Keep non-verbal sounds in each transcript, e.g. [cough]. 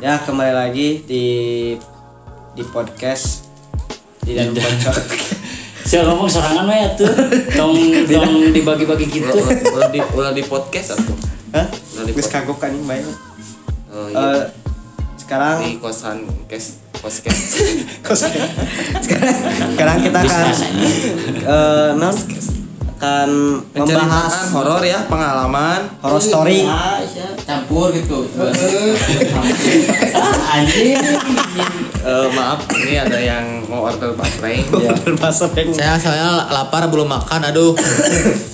Ya kembali lagi di di podcast di dalam [laughs] pocok. Siapa ngomong sorangan mah ya tuh. [laughs] Tong tong dibagi-bagi gitu. ulah ulah di ulah di podcast atau Hah? ulah di Iya. Wis podcast kagok kan ini banyak. Eh, iya. Eh, di [laughs] sekarang kosan kes podcast sekarang sekarang kita akan [laughs] eh non akan membahas menceritakan horor ya pengalaman horror story [laughs] Ah, iya. campur [laughs] gitu Ah, anjing. Eh, maaf ini ada yang mau order baterai berbahasa Inggris. saya soalnya lapar belum makan [laughs] aduh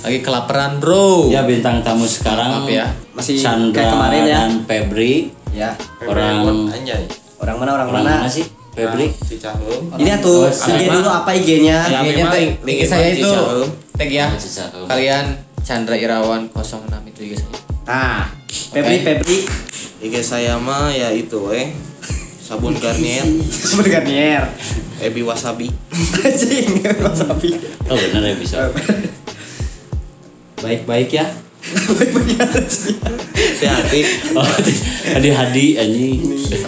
lagi kelaparan bro Ya bintang tamu sekarang Maaf ya. Masih Chandra kayak kemarin ya. dan Febri. Ya, Orang- anjay orang mana orang, Orang mana? Iya. mana sih? Febri. Nah, Cicahem Ini tuh Orang- IG dulu apa Ya, IG-nya? Kayaknya memang tag, link- IG Iya, saya link itu Cicahem. tag ya Oh, Cicahem. kalian Chandra Irawan 06 itu IG saya Nah, Febri Febri [laughs] IG saya mah ya itu eh sabun Garnier sebenarnya Nier. [laughs] Ebi Wasabi Anjing, wasabi. [laughs] Oh bener ya bisa. Baik-baik ya. [laughs] hati-hati Oh, Hadi Hadi anjing. Eh,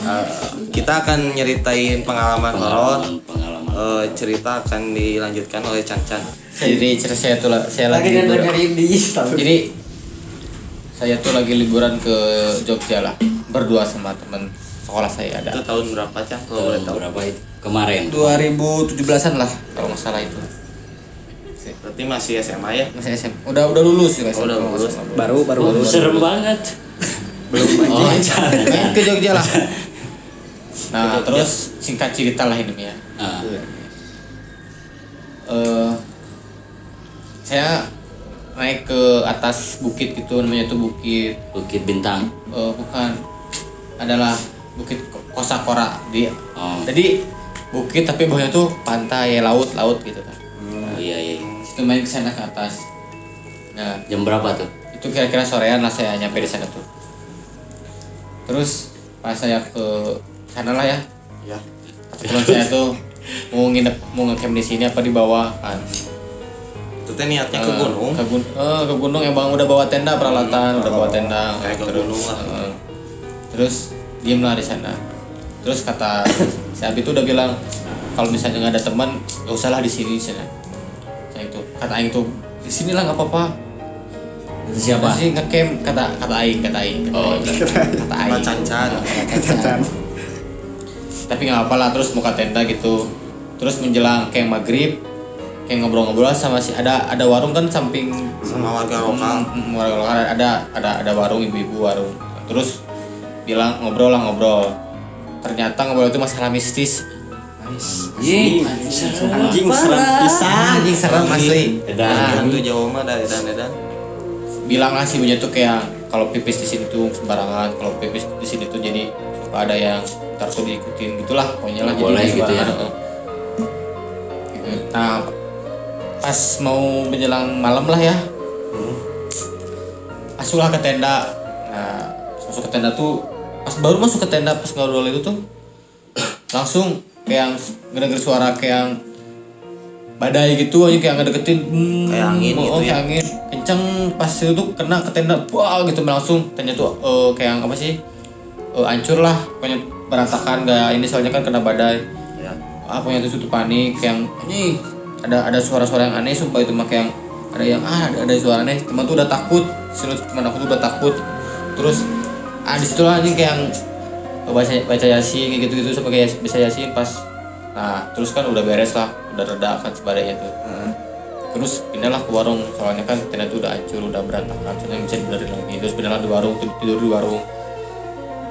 kita akan nyeritain pengalaman horor Pengalaman pengalaman. Eh, cerita akan dilanjutkan oleh Chan Chan jadi cerita saya tuh la- saya lagi Lagi libur dengerin di Instagram. jadi saya tuh lagi liburan ke Jogja lah berdua sama teman sekolah saya itu ada tahun berapa Chan kalau boleh Tahun tahu berapa itu? Kemarin. 2017an lah kalau nggak salah itu berarti masih SMA ya masih SM udah udah lulus juga Oh, udah kalau nggak lulus. salah. Baru baru Oh, lulus. serem banget. belum Oh, [laughs] aja Main jangan. ke Jogja lah Ke [laughs] Jogja. nah terus singkat cerita lah ini ya Ah, Eh, saya naik ke atas bukit gitu namanya tuh bukit Bukit Bintang. eh, bukan adalah bukit Ko- kosakora di Oh. jadi bukit tapi bawahnya tuh pantai laut laut gitu kan Oh, iya iya. iya. situ main ke sana ke atas nah Jam berapa tuh? itu kira-kira sorean lah saya nyampe di sana tuh terus pas saya ke sana lah ya ya kebetulan saya tuh mau nginep mau ngecamp di sini apa di bawah kan itu teh niatnya Ya, ke Eh, gunung ke, gun- eh, ke gunung emang udah bawa tenda peralatan udah bawa tenda Kayak ke Terus, gunung lah. eh, terus diem lah di sana terus kata si Abi tuh udah bilang kalau misalnya nggak ada teman gak usahlah di sini di sana saya itu kata Aing tuh di sini lah nggak apa-apa Itu siapa? Terus sih ngecamp kata kata Aing kata Aing kata Oh, Aing, kata sama Aing Chan Chan Cacan. tapi nggak apa lah terus muka tenda gitu terus menjelang kayak maghrib kayak ngobrol-ngobrol sama si ada ada warung kan samping sama warga lokal Mm, mm, warung lokal ada ada ada warung ibu-ibu warung terus bilang ngobrol lah ngobrol ternyata ngobrol itu masalah mistis Anjing, Anjing serem pisan. anjing serem asli Edan. hantu Jawa mah dari edan edan bilang lah si bunyinya tuh kayak kalau pipis di sini tuh sembarangan kalau pipis di sini tuh jadi suka ada yang ntar tuh diikutin gitulah pokoknya lah Nggak boleh jadi gitu ya. sembarangan, eh. Gitu. nah pas mau menjelang malam lah ya masuklah ke tenda nah pas masuk ke tenda tuh pas baru masuk ke tenda pas ngobrol itu tuh langsung kayak yang ngedenger suara kayak yang badai gitu aja kayak ngedeketin hmm, Kayak angin oh, gitu ya? kayak angin kenceng pas itu tuh kena ke tenda wah gitu langsung tenda tuh eh, kayak yang apa sih Eh, hancur lah pokoknya berantakan gak ini soalnya kan kena badai ya apa yang Ah, itu tuh panik kayak yang ini ada ada suara-suara yang aneh sumpah itu mah kayak yang ada yang ah ada, ada suara aneh teman tuh udah takut selalu teman aku tuh udah takut terus ah disitulah anjing kayak yang baca baca yasin kayak gitu gitu sebagai bisa yasin pas nah terus kan udah beres lah udah reda kan sebadanya tuh terus pindahlah ke warung soalnya kan tenda tuh udah hancur udah berantakan soalnya bisa dibenerin lagi terus pindahlah di warung tuh tidur di warung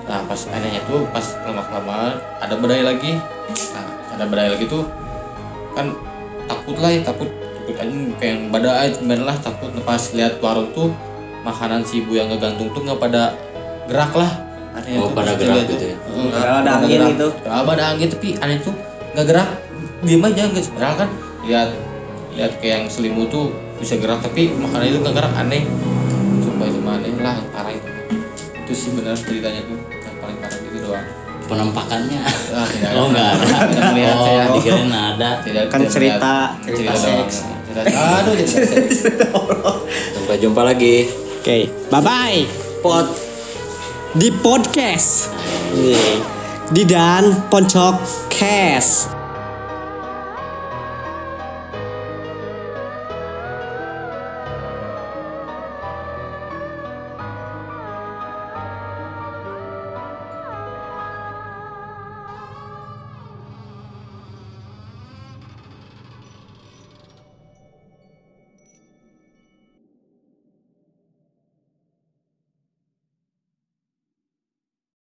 nah pas anehnya tuh pas lama kelamaan ada badai lagi nah ada badai lagi tuh kan takut lah ya takut takut aja kayak yang badai bener lah takut Nah, pas lihat warung tuh makanan si ibu yang ngegantung tuh nggak pada gerak lah anehnya Oh, tuh pada gerak pas dilihat gitu tuh. ya. Heeh, Padahal ada pada angin gerak. gitu. Padahal ada angin tapi aneh tuh nggak gerak diem aja nggak padahal kan lihat lihat kayak yang selimut tuh bisa gerak tapi makanan itu nggak gerak aneh sumpah itu mah aneh lah yang parah itu itu sih benar ceritanya tuh yang paling parah itu doang Penampakannya. Ah, tidak ada. Oh enggak ada. [laughs] Tidak melihat oh, saya. dikirain ada. tidak Kan tidak cerita, melihat. cerita doang. seks. cerita aduh cerita seks Sampai jumpa lagi. Oke, bye bye. Pot di podcast di dan poncok cash